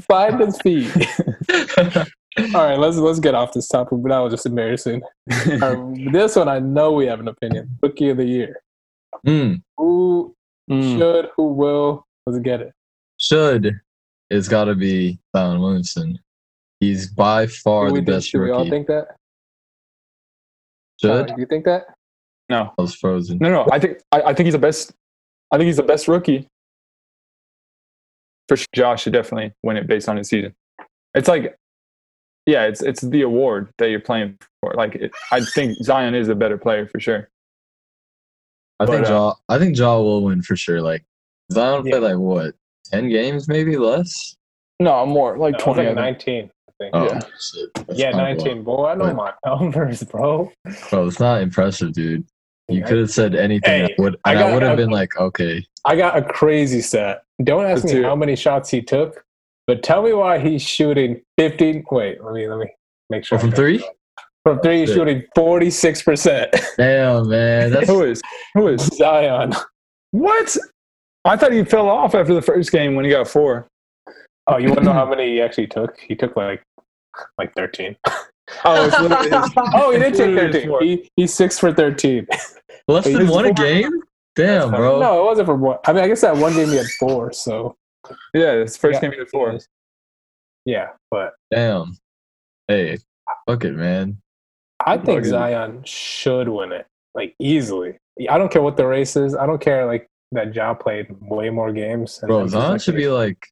[SPEAKER 1] Find his feet. All right, let's let's get off this topic, but that was just embarrassing. All right, this one I know we have an opinion. Rookie of the year.
[SPEAKER 3] Mm,
[SPEAKER 1] Who
[SPEAKER 3] Hmm.
[SPEAKER 2] Mm.
[SPEAKER 1] should, who will, let's get it.
[SPEAKER 3] should it's got to be Zion Williamson. He's by far
[SPEAKER 1] Do
[SPEAKER 3] the
[SPEAKER 1] we, think,
[SPEAKER 3] best
[SPEAKER 1] should we all
[SPEAKER 3] rookie.
[SPEAKER 1] think that?
[SPEAKER 3] should
[SPEAKER 1] Uh, do you think that?
[SPEAKER 2] No,
[SPEAKER 3] I was frozen.
[SPEAKER 2] no, no. I think I, I think he's the best. I think he's the best rookie. For sure, Josh should definitely win it based on his season. It's like, yeah, it's it's the award that you're playing for. Like, it, I think Zion is a better player for sure.
[SPEAKER 3] I think
[SPEAKER 2] But, uh,
[SPEAKER 3] Jaw. I think Jaw will win for sure. Like Zion played like what ten games, maybe less.
[SPEAKER 2] No, more like twenty. I think.
[SPEAKER 1] 19.
[SPEAKER 3] Oh,
[SPEAKER 2] Yeah.
[SPEAKER 3] shit. That's
[SPEAKER 1] yeah,
[SPEAKER 3] not a lot.
[SPEAKER 1] 19. Boy, I know
[SPEAKER 3] Wait.
[SPEAKER 1] my numbers, bro.
[SPEAKER 3] Bro, it's not impressive, dude. You
[SPEAKER 1] Yeah.
[SPEAKER 3] could have said anything.
[SPEAKER 1] Hey,
[SPEAKER 3] I would.
[SPEAKER 1] I
[SPEAKER 3] and
[SPEAKER 1] got- Oh,
[SPEAKER 3] I would
[SPEAKER 1] I-
[SPEAKER 3] have been like, okay.
[SPEAKER 1] I got a crazy stat. Don't ask
[SPEAKER 2] Let's
[SPEAKER 1] me
[SPEAKER 2] hear it.
[SPEAKER 1] how many shots he took, but tell me why he's shooting 15. Wait, let me let me make sure.
[SPEAKER 3] Or from
[SPEAKER 1] I got-
[SPEAKER 3] three?
[SPEAKER 1] From three, he's
[SPEAKER 3] Yeah.
[SPEAKER 1] shooting 46%.
[SPEAKER 3] Damn, man. That's
[SPEAKER 2] Who is? Who is?
[SPEAKER 1] Zion.
[SPEAKER 2] What? I thought he fell off after the first game when he got four.
[SPEAKER 1] Oh, you want to know how many he actually took? He took like like 13.
[SPEAKER 2] Oh, it's literally his-
[SPEAKER 1] Oh, he did take
[SPEAKER 2] Literally
[SPEAKER 1] 13.
[SPEAKER 2] four.
[SPEAKER 1] He, he's six for 13.
[SPEAKER 3] less than
[SPEAKER 1] He's
[SPEAKER 3] one a
[SPEAKER 1] four.
[SPEAKER 3] game. Damn, bro.
[SPEAKER 1] No, it wasn't for one. I mean, I guess that one game he had four, so.
[SPEAKER 2] yeah, his first
[SPEAKER 1] Yeah.
[SPEAKER 2] game he got four.
[SPEAKER 1] Yeah, but
[SPEAKER 3] Damn. Hey, fuck it, man.
[SPEAKER 1] I think
[SPEAKER 2] Fucking-
[SPEAKER 1] Zion should win it, like easily. I don't care what the race is. I don't care like that. Ja played way more games. and
[SPEAKER 3] Bro,
[SPEAKER 1] he's
[SPEAKER 3] Zion
[SPEAKER 1] like-
[SPEAKER 3] should be like,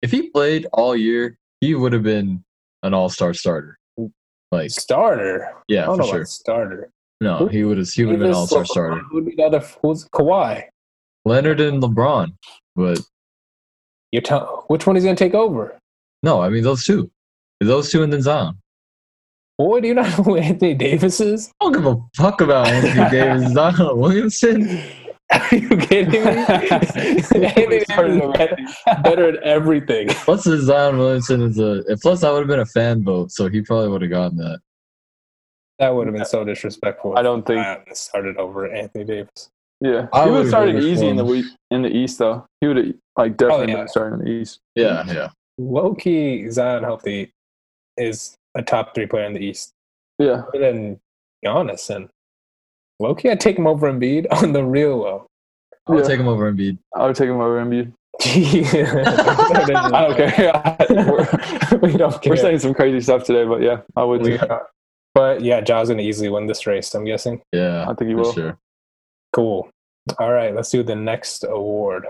[SPEAKER 3] if he played all year, he would have been an all-star starter. Like,
[SPEAKER 1] starter.
[SPEAKER 3] yeah,
[SPEAKER 1] I don't
[SPEAKER 3] for
[SPEAKER 1] know
[SPEAKER 3] sure.
[SPEAKER 1] about starter.
[SPEAKER 3] No, he would have. He would have been an all-star starter.
[SPEAKER 1] Who'd be the other? Who's Kawhi?
[SPEAKER 3] Leonard and LeBron, but
[SPEAKER 1] You're tell- which one is gonna take over?
[SPEAKER 3] no, I mean those two, those two, and then Zion.
[SPEAKER 1] Boy, do you not know who Anthony Davis is?
[SPEAKER 3] I don't give a fuck about Anthony Davis, Zion Williamson.
[SPEAKER 1] Are you kidding me? Anthony Davis
[SPEAKER 2] Started
[SPEAKER 1] is better, better at everything.
[SPEAKER 3] Plus, the Zion Williamson is a. and Plus, I would have been a fan vote, so he probably would have gotten that.
[SPEAKER 1] That would have been so disrespectful.
[SPEAKER 2] I don't think.
[SPEAKER 1] Zion started over Anthony Davis.
[SPEAKER 2] Yeah,
[SPEAKER 3] I
[SPEAKER 2] he would have
[SPEAKER 3] would've
[SPEAKER 2] started
[SPEAKER 3] voted
[SPEAKER 2] easy
[SPEAKER 3] for
[SPEAKER 2] in the
[SPEAKER 3] him.
[SPEAKER 2] week in the East though. He would have like definitely
[SPEAKER 1] yeah.
[SPEAKER 2] been starting in the East.
[SPEAKER 3] Yeah, yeah.
[SPEAKER 1] low key Zion healthy is a top three player in the East.
[SPEAKER 2] Yeah,
[SPEAKER 1] Other than Giannis and low key, I take him over Embiid on the real low.
[SPEAKER 3] I would
[SPEAKER 2] Yeah.
[SPEAKER 3] take him over Embiid.
[SPEAKER 2] I would take him over Embiid. I
[SPEAKER 1] I
[SPEAKER 2] don't care. we're,
[SPEAKER 1] we don't care.
[SPEAKER 2] we're saying some crazy stuff today, but yeah, I would.
[SPEAKER 1] We are. But yeah, Jaws gonna easily win this race. I'm guessing.
[SPEAKER 3] Yeah,
[SPEAKER 2] I think he
[SPEAKER 3] for
[SPEAKER 2] will.
[SPEAKER 3] sure.
[SPEAKER 1] Cool. All right, let's do the next award.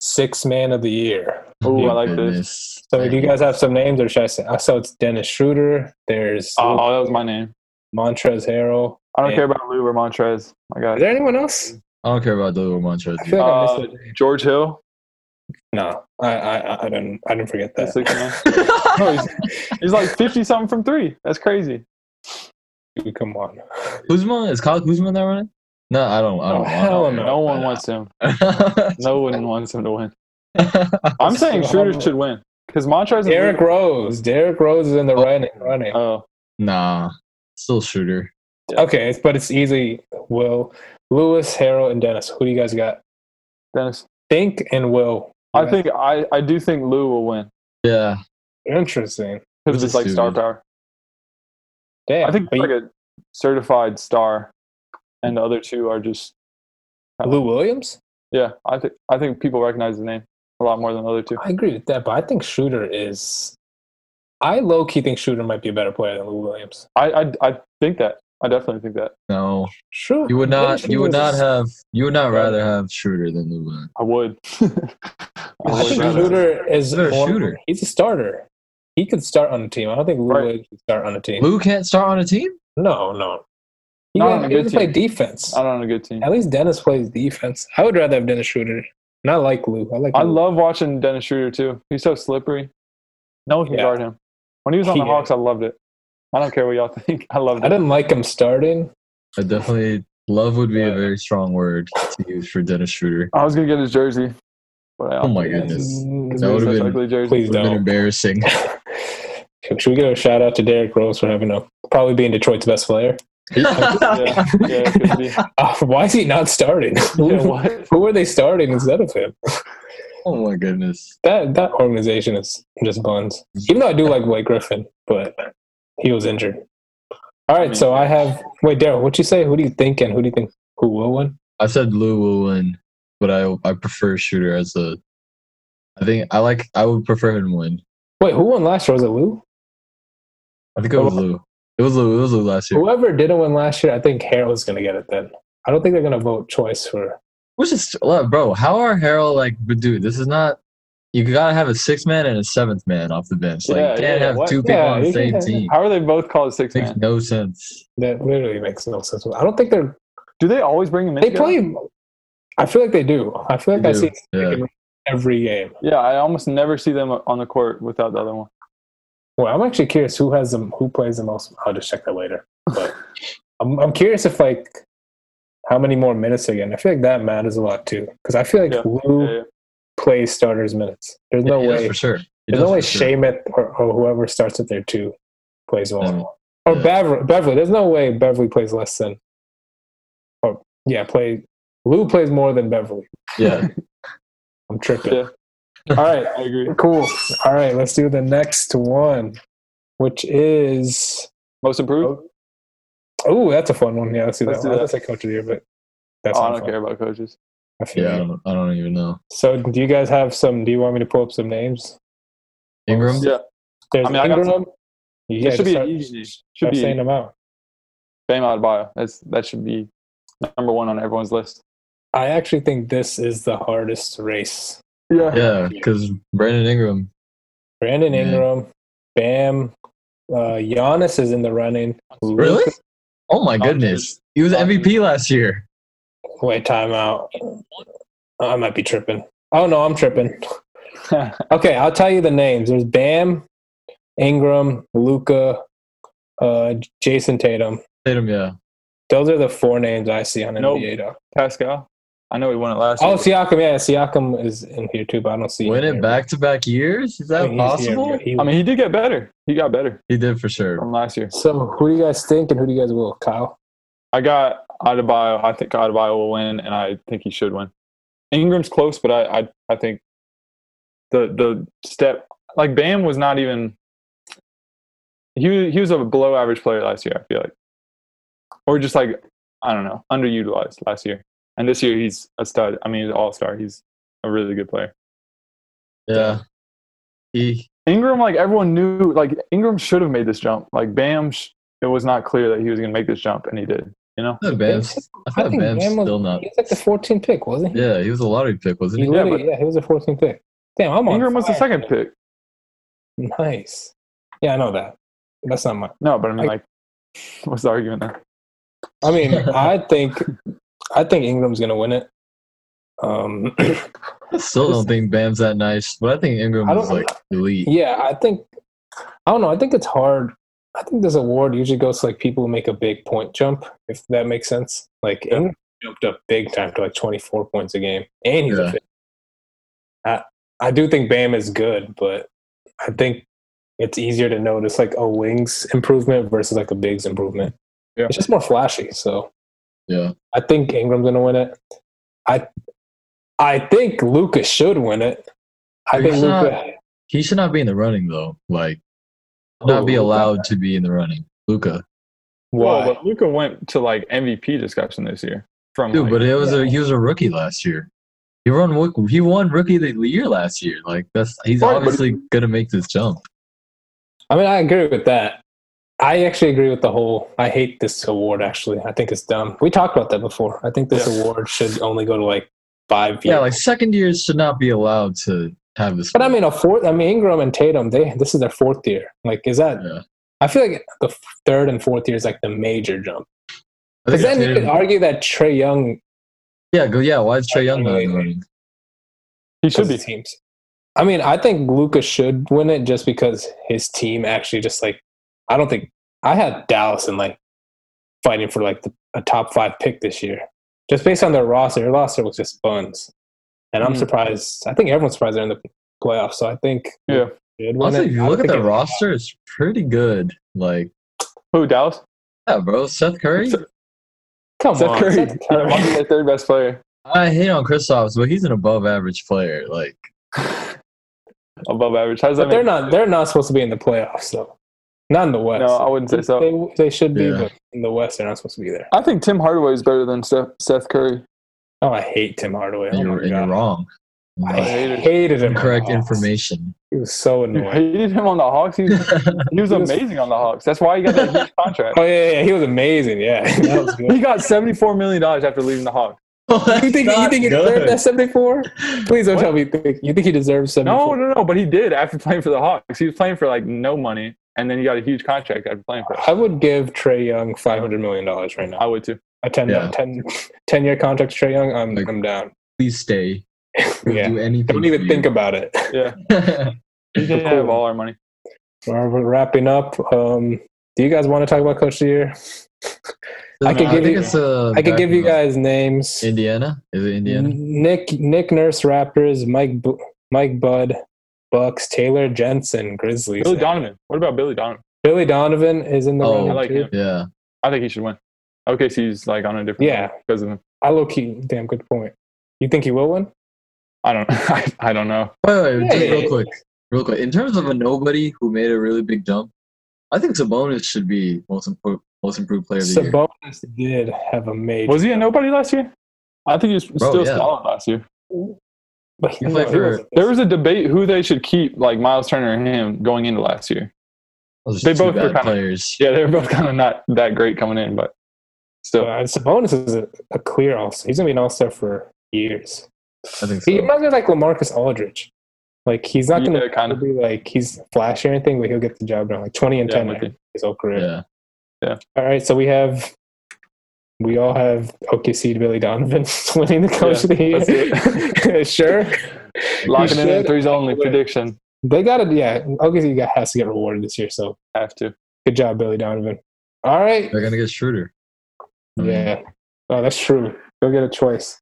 [SPEAKER 1] Six Man of the Year.
[SPEAKER 2] Ooh,
[SPEAKER 3] Thank
[SPEAKER 2] I like this.
[SPEAKER 3] goodness.
[SPEAKER 1] So, do you guys have some names, or should I say? I saw it's Dennis Schroeder. There's
[SPEAKER 2] Oh, that was my name.
[SPEAKER 1] Montrez Harrell.
[SPEAKER 2] I don't
[SPEAKER 1] Yeah.
[SPEAKER 2] care about Lou or Montrez. I got
[SPEAKER 1] Is there anyone else?
[SPEAKER 3] I don't care about Dodo Montrez.
[SPEAKER 1] I
[SPEAKER 3] dude.
[SPEAKER 1] feel like I
[SPEAKER 2] Uh,
[SPEAKER 1] missed it.
[SPEAKER 2] George Hill.
[SPEAKER 1] No, I, I, I didn't. I didn't forget
[SPEAKER 2] the
[SPEAKER 1] that.
[SPEAKER 2] six man. No,
[SPEAKER 3] Oh,
[SPEAKER 2] he's, he's like fifty something from three. That's crazy.
[SPEAKER 1] Dude, Come on,
[SPEAKER 3] Kuzma is Kyle Kuzma in that running? No, I don't. I
[SPEAKER 2] Oh,
[SPEAKER 3] don't.
[SPEAKER 1] hell
[SPEAKER 3] want
[SPEAKER 2] No one wants him.
[SPEAKER 3] wants.
[SPEAKER 2] No one wants him to win. I'm saying shooters should win because Montrez.
[SPEAKER 1] Derrick Rose. Derrick Rose is in the running. running.
[SPEAKER 2] Oh,
[SPEAKER 3] nah, still shooter.
[SPEAKER 1] Okay, it's, but it's easy. Will, Lewis, Harrell, and Dennis. Who do you guys got?
[SPEAKER 2] Dennis.
[SPEAKER 1] Think and Will.
[SPEAKER 2] I think I, I do think Lou will win
[SPEAKER 3] Yeah,
[SPEAKER 1] Interesting.
[SPEAKER 2] because it's like star
[SPEAKER 3] Stupid.
[SPEAKER 2] power.
[SPEAKER 1] Damn.
[SPEAKER 2] I think
[SPEAKER 1] but
[SPEAKER 2] he's like a certified star, and the other two are just
[SPEAKER 1] Lou Williams.
[SPEAKER 2] yeah. I think I think people recognize the name a lot more than the other two.
[SPEAKER 1] I agree with that, but I think Shooter is. I low key think Shooter might be a better player than Lou Williams.
[SPEAKER 2] I I, I think that I definitely think that
[SPEAKER 3] no.
[SPEAKER 1] Sure.
[SPEAKER 3] You would not. You would not have. You would not
[SPEAKER 1] Yeah.
[SPEAKER 3] rather have shooter than Luba.
[SPEAKER 2] I would. I
[SPEAKER 1] I
[SPEAKER 2] would
[SPEAKER 1] think
[SPEAKER 2] rather.
[SPEAKER 1] Shooter is
[SPEAKER 3] He's a
[SPEAKER 1] more-
[SPEAKER 3] shooter.
[SPEAKER 1] He's a starter. He could start on a team. I don't think Lou
[SPEAKER 2] Right.
[SPEAKER 1] Williams could start on a team.
[SPEAKER 3] Lou can't start on a team.
[SPEAKER 1] No, no. He
[SPEAKER 2] Not
[SPEAKER 1] got-
[SPEAKER 2] on a
[SPEAKER 1] he
[SPEAKER 2] good
[SPEAKER 1] doesn't play
[SPEAKER 2] team. Uh,
[SPEAKER 1] defense.
[SPEAKER 2] Not on a good team.
[SPEAKER 1] At least Dennis plays defense. I would rather have Dennis Schroeder. And I like Lou. I like.
[SPEAKER 2] I
[SPEAKER 1] Lou.
[SPEAKER 2] love watching Dennis Schroeder too. He's so slippery. No one can
[SPEAKER 1] Yeah.
[SPEAKER 2] guard him. When he was on the
[SPEAKER 1] He-
[SPEAKER 2] Hawks, I loved it. I don't care what y'all think. I loved
[SPEAKER 1] I
[SPEAKER 2] it.
[SPEAKER 1] didn't like him starting.
[SPEAKER 3] I definitely love would be a very strong word to use for Dennis Schroeder.
[SPEAKER 2] I was gonna get his jersey, but I
[SPEAKER 3] Oh my
[SPEAKER 1] Mm,
[SPEAKER 3] goodness,
[SPEAKER 2] it
[SPEAKER 3] That
[SPEAKER 2] was
[SPEAKER 3] would've
[SPEAKER 2] such
[SPEAKER 3] been-
[SPEAKER 2] ugly jersey.
[SPEAKER 1] Please
[SPEAKER 3] would have been
[SPEAKER 1] don't.
[SPEAKER 3] embarrassing.
[SPEAKER 1] Should we give a shout out to Derrick Rose for having a probably being Detroit's best player?
[SPEAKER 2] Yeah, yeah, it could be.
[SPEAKER 1] Uh, why is he not starting?
[SPEAKER 2] Yeah, what?
[SPEAKER 1] Who are they starting instead of him?
[SPEAKER 3] oh my goodness.
[SPEAKER 1] That that organization is just buns. Even though I do like Blake Griffin, but he was injured. All right, so I have wait, Daryl, what you say? Who do you think and who do you think who will win?
[SPEAKER 3] I said Lou will win, but I I prefer shooter as a. I think I like. I would prefer him to win.
[SPEAKER 1] Wait, who won last year? Was it Lou?
[SPEAKER 3] I think it
[SPEAKER 1] Oh.
[SPEAKER 3] was Lou. It was Lou. It was Lou last year,
[SPEAKER 1] Whoever didn't win last year, I think Harold's going to get it then. I don't think they're going to vote choice for.
[SPEAKER 3] which is look, bro. How are Harold like, but dude, this is not. You gotta have a sixth man and a seventh man off the bench. Like,
[SPEAKER 2] Yeah,
[SPEAKER 3] you
[SPEAKER 2] yeah,
[SPEAKER 3] can't have
[SPEAKER 2] what-
[SPEAKER 3] two people
[SPEAKER 1] yeah,
[SPEAKER 3] on the
[SPEAKER 1] you
[SPEAKER 3] same
[SPEAKER 1] can't-
[SPEAKER 3] team.
[SPEAKER 2] How are they both called six
[SPEAKER 3] Makes
[SPEAKER 2] man?
[SPEAKER 3] no sense.
[SPEAKER 1] That literally makes no sense. I don't think they're.
[SPEAKER 2] Do they always bring him in?
[SPEAKER 1] They
[SPEAKER 2] together?
[SPEAKER 1] play. I feel like they do. I feel like
[SPEAKER 3] They
[SPEAKER 1] I
[SPEAKER 3] do,
[SPEAKER 1] see
[SPEAKER 3] yeah.
[SPEAKER 1] every game.
[SPEAKER 2] Yeah, I almost never see them on the court without the other one.
[SPEAKER 1] Well, I'm actually curious who has them, who plays the most. I'll just check that later. But I'm, I'm curious if like how many more minutes again. I feel like that matters a lot too because I feel like
[SPEAKER 2] Yeah.
[SPEAKER 1] Lou
[SPEAKER 2] Yeah, yeah.
[SPEAKER 1] plays starters minutes. There's no
[SPEAKER 3] Yeah,
[SPEAKER 1] way.
[SPEAKER 3] for sure. He
[SPEAKER 1] There's
[SPEAKER 3] does
[SPEAKER 1] no way
[SPEAKER 3] for sure.
[SPEAKER 1] Shamit or, or whoever starts at there too plays more.
[SPEAKER 3] Yeah.
[SPEAKER 1] Or
[SPEAKER 3] Yeah.
[SPEAKER 1] Beverly, Beverly. There's no way Beverly plays less than. Or yeah, play. Lou plays more than Beverly.
[SPEAKER 3] Yeah,
[SPEAKER 1] I'm tripping.
[SPEAKER 2] Yeah.
[SPEAKER 1] All right.
[SPEAKER 2] I agree.
[SPEAKER 1] Cool. All right, let's do the next one, which is
[SPEAKER 2] Most improved?
[SPEAKER 1] oh, that's a fun one. Yeah, let's do
[SPEAKER 2] Let's
[SPEAKER 1] that.
[SPEAKER 2] do
[SPEAKER 1] one.
[SPEAKER 2] that.
[SPEAKER 1] Let's say coach of the year, but that's
[SPEAKER 2] Oh, I
[SPEAKER 1] not
[SPEAKER 2] don't
[SPEAKER 1] fun.
[SPEAKER 2] care about coaches.
[SPEAKER 1] I feel
[SPEAKER 3] yeah. I
[SPEAKER 1] you.
[SPEAKER 3] don't, I don't even know.
[SPEAKER 1] So, do you guys have some? Do you want me to pull up some names? Oh,
[SPEAKER 3] Ingram.
[SPEAKER 2] Yeah.
[SPEAKER 1] There's
[SPEAKER 2] I mean, I got
[SPEAKER 1] Ingram.
[SPEAKER 2] some-
[SPEAKER 1] You
[SPEAKER 2] it
[SPEAKER 1] guys
[SPEAKER 2] should be
[SPEAKER 1] start,
[SPEAKER 2] an easy. Should
[SPEAKER 1] start
[SPEAKER 2] be
[SPEAKER 1] saying
[SPEAKER 2] Bam
[SPEAKER 1] them out.
[SPEAKER 2] Adebayo. That's that should be number one on everyone's list.
[SPEAKER 1] I actually think this is the hardest race.
[SPEAKER 3] Yeah, because Brandon Ingram.
[SPEAKER 1] Brandon
[SPEAKER 3] Yeah.
[SPEAKER 1] Ingram, Bam, uh, Giannis is in the running.
[SPEAKER 3] Really? Oh my
[SPEAKER 2] Doncic.
[SPEAKER 3] goodness, he was MVP last year.
[SPEAKER 1] Wait, timeout. I might be tripping. Oh no, I'm tripping. Okay, I'll tell you the names. There's Bam, Ingram, Luca, uh, J- Jason Tatum.
[SPEAKER 3] Tatum, yeah.
[SPEAKER 1] Those are the four names I see on
[SPEAKER 2] Nope.
[SPEAKER 1] NBA. Doc.
[SPEAKER 2] Pascal. I know he won it last
[SPEAKER 1] Oh,
[SPEAKER 2] year.
[SPEAKER 1] Siakam. Yeah, Siakam is in here too, but I don't see.
[SPEAKER 3] Win it back to back years? Is that
[SPEAKER 1] I mean, he's here,
[SPEAKER 3] possible?
[SPEAKER 1] but he- Oh.
[SPEAKER 2] I mean, he did get better. He got better
[SPEAKER 3] he did for sure.
[SPEAKER 2] from last year.
[SPEAKER 1] so who do you guys think, and who do you guys will? Kyle.
[SPEAKER 2] I got Adebayo. I think Adebayo will win, and I think he should win. Ingram's close, but I, I, I think the the step like Bam was not even. He was- he was a below average player last year. I feel like, or just like I don't know, underutilized last year, and this year he's a stud. I mean, he's all star. He's a really good player.
[SPEAKER 3] Yeah. He
[SPEAKER 2] Ingram, like everyone knew, like Ingram should have made this jump. Like Bam, sh- it was not clear that he was going to make this jump, and he did. You know,
[SPEAKER 3] I thought Bam's, I thought Bam's
[SPEAKER 1] Bam was,
[SPEAKER 3] still not.
[SPEAKER 1] He was like the 14th pick, wasn't he?
[SPEAKER 3] Yeah, he was a lottery pick, wasn't
[SPEAKER 1] He
[SPEAKER 3] he?
[SPEAKER 2] Yeah,
[SPEAKER 1] literally- yeah, he was the 14th pick. Damn, I'm on.
[SPEAKER 2] Ingram was the
[SPEAKER 1] fire.
[SPEAKER 2] second pick.
[SPEAKER 1] Nice. Yeah, I know that. That's not my.
[SPEAKER 2] No, but I mean,
[SPEAKER 1] I-
[SPEAKER 2] like, what's the argument there?
[SPEAKER 1] I mean, I think, I think Ingram's gonna win it. Um,
[SPEAKER 3] I still don't think Bam's that nice, but I think Ingram
[SPEAKER 1] I
[SPEAKER 3] was
[SPEAKER 1] don't-
[SPEAKER 3] like elite.
[SPEAKER 1] Yeah, I think I don't know. I think it's hard. I think this award usually goes to like people who make a big point jump, if that makes sense. Like Ingram jumped up big time to like 24 points a game, and he's
[SPEAKER 3] Yeah.
[SPEAKER 1] a fit. I, I do think Bam is good, but I think it's easier to notice like a wings improvement versus like a bigs improvement.
[SPEAKER 2] Yeah.
[SPEAKER 1] It's just more flashy. So
[SPEAKER 3] Yeah.
[SPEAKER 1] I think Ingram's gonna win it. I I think Luca should win it. I think
[SPEAKER 3] He's not-
[SPEAKER 1] Luca
[SPEAKER 3] He should not be in the running though. Like not be
[SPEAKER 1] Oh,
[SPEAKER 3] allowed to be in the running. Luca.
[SPEAKER 2] Well,
[SPEAKER 1] Why?
[SPEAKER 2] but Luca went to like MVP discussion this year.
[SPEAKER 1] Oh
[SPEAKER 2] From
[SPEAKER 3] Dude,
[SPEAKER 2] like-
[SPEAKER 3] but it was a he was a rookie last year. He won rook- he won rookie of the year last year. Like that's he's
[SPEAKER 2] Right, but-
[SPEAKER 3] obviously gonna make this jump.
[SPEAKER 1] I mean, I agree with that. I actually agree with the whole. I hate this award. Actually, I think it's dumb. We talked about that before. I think this
[SPEAKER 2] Yeah.
[SPEAKER 1] award should only go to like five.
[SPEAKER 3] Yeah,
[SPEAKER 1] people.
[SPEAKER 3] like second years should not be allowed to have this.
[SPEAKER 1] But I mean, a fourth. I mean, Ingram and Tatum. They this is their fourth year. Like, is that?
[SPEAKER 3] Yeah.
[SPEAKER 1] I feel like the f- third and fourth year is like the major jump.
[SPEAKER 3] I think
[SPEAKER 1] Because then you
[SPEAKER 3] Tatum-
[SPEAKER 1] could argue that Trey Young
[SPEAKER 3] yeah, go yeah. Why is Trey Young not in the running?
[SPEAKER 2] he should be.
[SPEAKER 1] teams. I mean, I think Luca should win it just because his team actually just like. I don't think I had Dallas in like fighting for like the, a top five pick this year, just based on their roster. Their roster was just buns, and I'm
[SPEAKER 2] Mhm.
[SPEAKER 1] surprised. I think everyone's surprised they're in the playoffs. So I think
[SPEAKER 2] Yeah.
[SPEAKER 1] they should win it.
[SPEAKER 3] Honestly, if
[SPEAKER 1] I
[SPEAKER 3] you
[SPEAKER 1] don't
[SPEAKER 3] look at
[SPEAKER 1] think
[SPEAKER 3] their
[SPEAKER 1] it-
[SPEAKER 3] roster, it's pretty good. Like
[SPEAKER 2] Who Dallas?
[SPEAKER 3] yeah, bro, Seth Curry.
[SPEAKER 2] Seth-
[SPEAKER 1] Come
[SPEAKER 2] Seth
[SPEAKER 1] on,
[SPEAKER 2] Curry.
[SPEAKER 1] Seth
[SPEAKER 2] Yeah, might be their third best player
[SPEAKER 3] I hate on Kristaps, but he's an above average player. Like
[SPEAKER 2] above average. How's that?
[SPEAKER 1] But they're
[SPEAKER 2] make-
[SPEAKER 1] not. They're not supposed to be in the playoffs, though. Not in the West.
[SPEAKER 2] No, I wouldn't say so.
[SPEAKER 1] They, they should be,
[SPEAKER 3] Yeah.
[SPEAKER 1] but in the West, they're not supposed to be there.
[SPEAKER 2] I think Tim Hardaway is better than Seth, Seth Curry.
[SPEAKER 1] Oh, I hate Tim Hardaway. Oh
[SPEAKER 3] and
[SPEAKER 1] my
[SPEAKER 3] you're, and you're
[SPEAKER 1] God.
[SPEAKER 3] wrong.
[SPEAKER 1] I
[SPEAKER 3] Like,
[SPEAKER 2] hated-
[SPEAKER 1] hated him. on the
[SPEAKER 3] incorrect
[SPEAKER 1] Hawks.
[SPEAKER 3] information.
[SPEAKER 1] He was so
[SPEAKER 2] You
[SPEAKER 1] annoying.
[SPEAKER 2] hated him on the Hawks. He was, he was amazing on the Hawks. That's why he got that huge contract.
[SPEAKER 1] Oh yeah, yeah, he was amazing. Yeah, that was good.
[SPEAKER 2] He got seventy-four million dollars after leaving the Hawks.
[SPEAKER 1] you think you think he deserved that seventy four? Please don't
[SPEAKER 2] What?
[SPEAKER 1] tell me you think, you think he deserves seventy
[SPEAKER 2] No,
[SPEAKER 1] four.
[SPEAKER 2] no, no. But he did after playing for the Hawks. He was playing for like no money, and then he got a huge contract after playing for. It.
[SPEAKER 1] I would give Trey Young five hundred million dollars right
[SPEAKER 2] I
[SPEAKER 1] now.
[SPEAKER 2] would too.
[SPEAKER 1] A 10,
[SPEAKER 3] Yeah.
[SPEAKER 1] 10 10 year contract, Trey Young. I'm
[SPEAKER 3] Like-
[SPEAKER 1] I'm down.
[SPEAKER 3] Please stay. We'll
[SPEAKER 1] Yeah.
[SPEAKER 3] do anything.
[SPEAKER 1] Don't even think about it.
[SPEAKER 3] about.
[SPEAKER 2] He can have all our money.
[SPEAKER 1] Well, we're wrapping up. Um, do you guys want to talk about Coach of the Year? I could give you-
[SPEAKER 3] uh,
[SPEAKER 1] I could give you guys names.
[SPEAKER 3] Indiana. Is it Indiana?
[SPEAKER 1] Nick Nick Nurse Raptors, Mike Bu- Mike Bud, Bucks, Taylor Jensen, Grizzlies.
[SPEAKER 2] Billy Donovan. What about Billy Donovan?
[SPEAKER 1] Billy Donovan is in the
[SPEAKER 3] Oh,
[SPEAKER 1] running
[SPEAKER 2] I like
[SPEAKER 1] too.
[SPEAKER 2] him.
[SPEAKER 3] Yeah.
[SPEAKER 2] I think he should win. OKC's like on a different
[SPEAKER 1] Yeah.
[SPEAKER 2] because of him.
[SPEAKER 1] I low key, damn good point. You think he will win?
[SPEAKER 2] I don't. I, I don't know.
[SPEAKER 3] Wait, wait, wait, just
[SPEAKER 1] Hey.
[SPEAKER 3] real quick. Real quick. In terms of a nobody who made a really big jump, I think Sabonis should be most improved most improved player of the year.
[SPEAKER 1] Sabonis did have a major,
[SPEAKER 2] Was he a nobody last year? I think he was still
[SPEAKER 3] yeah.
[SPEAKER 2] solid last year.
[SPEAKER 1] but he,
[SPEAKER 3] He played
[SPEAKER 1] no,
[SPEAKER 3] for-
[SPEAKER 1] wasn't.
[SPEAKER 2] There was a debate who they should keep, like Miles Turner and him, going into last year.
[SPEAKER 3] Those are
[SPEAKER 2] They
[SPEAKER 3] two
[SPEAKER 2] both were
[SPEAKER 3] bad
[SPEAKER 2] kinda-
[SPEAKER 3] players.
[SPEAKER 2] Yeah, they were both kind of not that great coming in, but still.
[SPEAKER 1] Uh, Sabonis is a, a clear all He's gonna be an all star for years.
[SPEAKER 3] I think
[SPEAKER 1] He
[SPEAKER 3] so.
[SPEAKER 1] reminds me of, like Lamarcus Aldridge. Like he's not gonna
[SPEAKER 2] Yeah, kinda.
[SPEAKER 1] be like he's flashy or anything, but he'll get the job done. Like twenty and
[SPEAKER 2] Yeah, I'm
[SPEAKER 1] ten
[SPEAKER 2] with you.
[SPEAKER 1] his whole career.
[SPEAKER 3] Yeah.
[SPEAKER 1] All right, so we have we all have OKC Billy Donovan winning the coach
[SPEAKER 2] Yeah,
[SPEAKER 1] of the year. sure,
[SPEAKER 2] Locking it in
[SPEAKER 1] should.
[SPEAKER 2] threes only
[SPEAKER 1] Wait.
[SPEAKER 2] prediction.
[SPEAKER 1] they got to yeah. OKC got, has to get rewarded this year, so
[SPEAKER 2] Have to.
[SPEAKER 1] good job, Billy Donovan. All right,
[SPEAKER 3] They're gonna get Schroeder. I mean,
[SPEAKER 1] yeah, oh that's true. Go get a choice.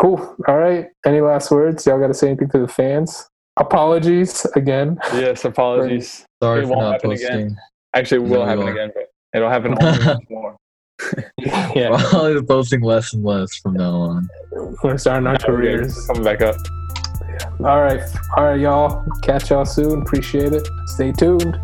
[SPEAKER 1] Cool. All right. Any last words? Y'all got to say anything to the fans? Apologies again.
[SPEAKER 2] Yes, apologies.
[SPEAKER 3] Sorry
[SPEAKER 2] It
[SPEAKER 3] for
[SPEAKER 2] won't
[SPEAKER 3] not
[SPEAKER 2] happen
[SPEAKER 3] posting.
[SPEAKER 2] again. Actually, it will
[SPEAKER 3] No, you
[SPEAKER 2] happen
[SPEAKER 3] are.
[SPEAKER 2] again, but it'll happen only once more.
[SPEAKER 1] yeah,
[SPEAKER 3] Probably the posting less and less from now on.
[SPEAKER 1] we're starting our careers.
[SPEAKER 2] coming back up.
[SPEAKER 1] All right, all right, y'all. Catch y'all soon. Appreciate it. Stay tuned.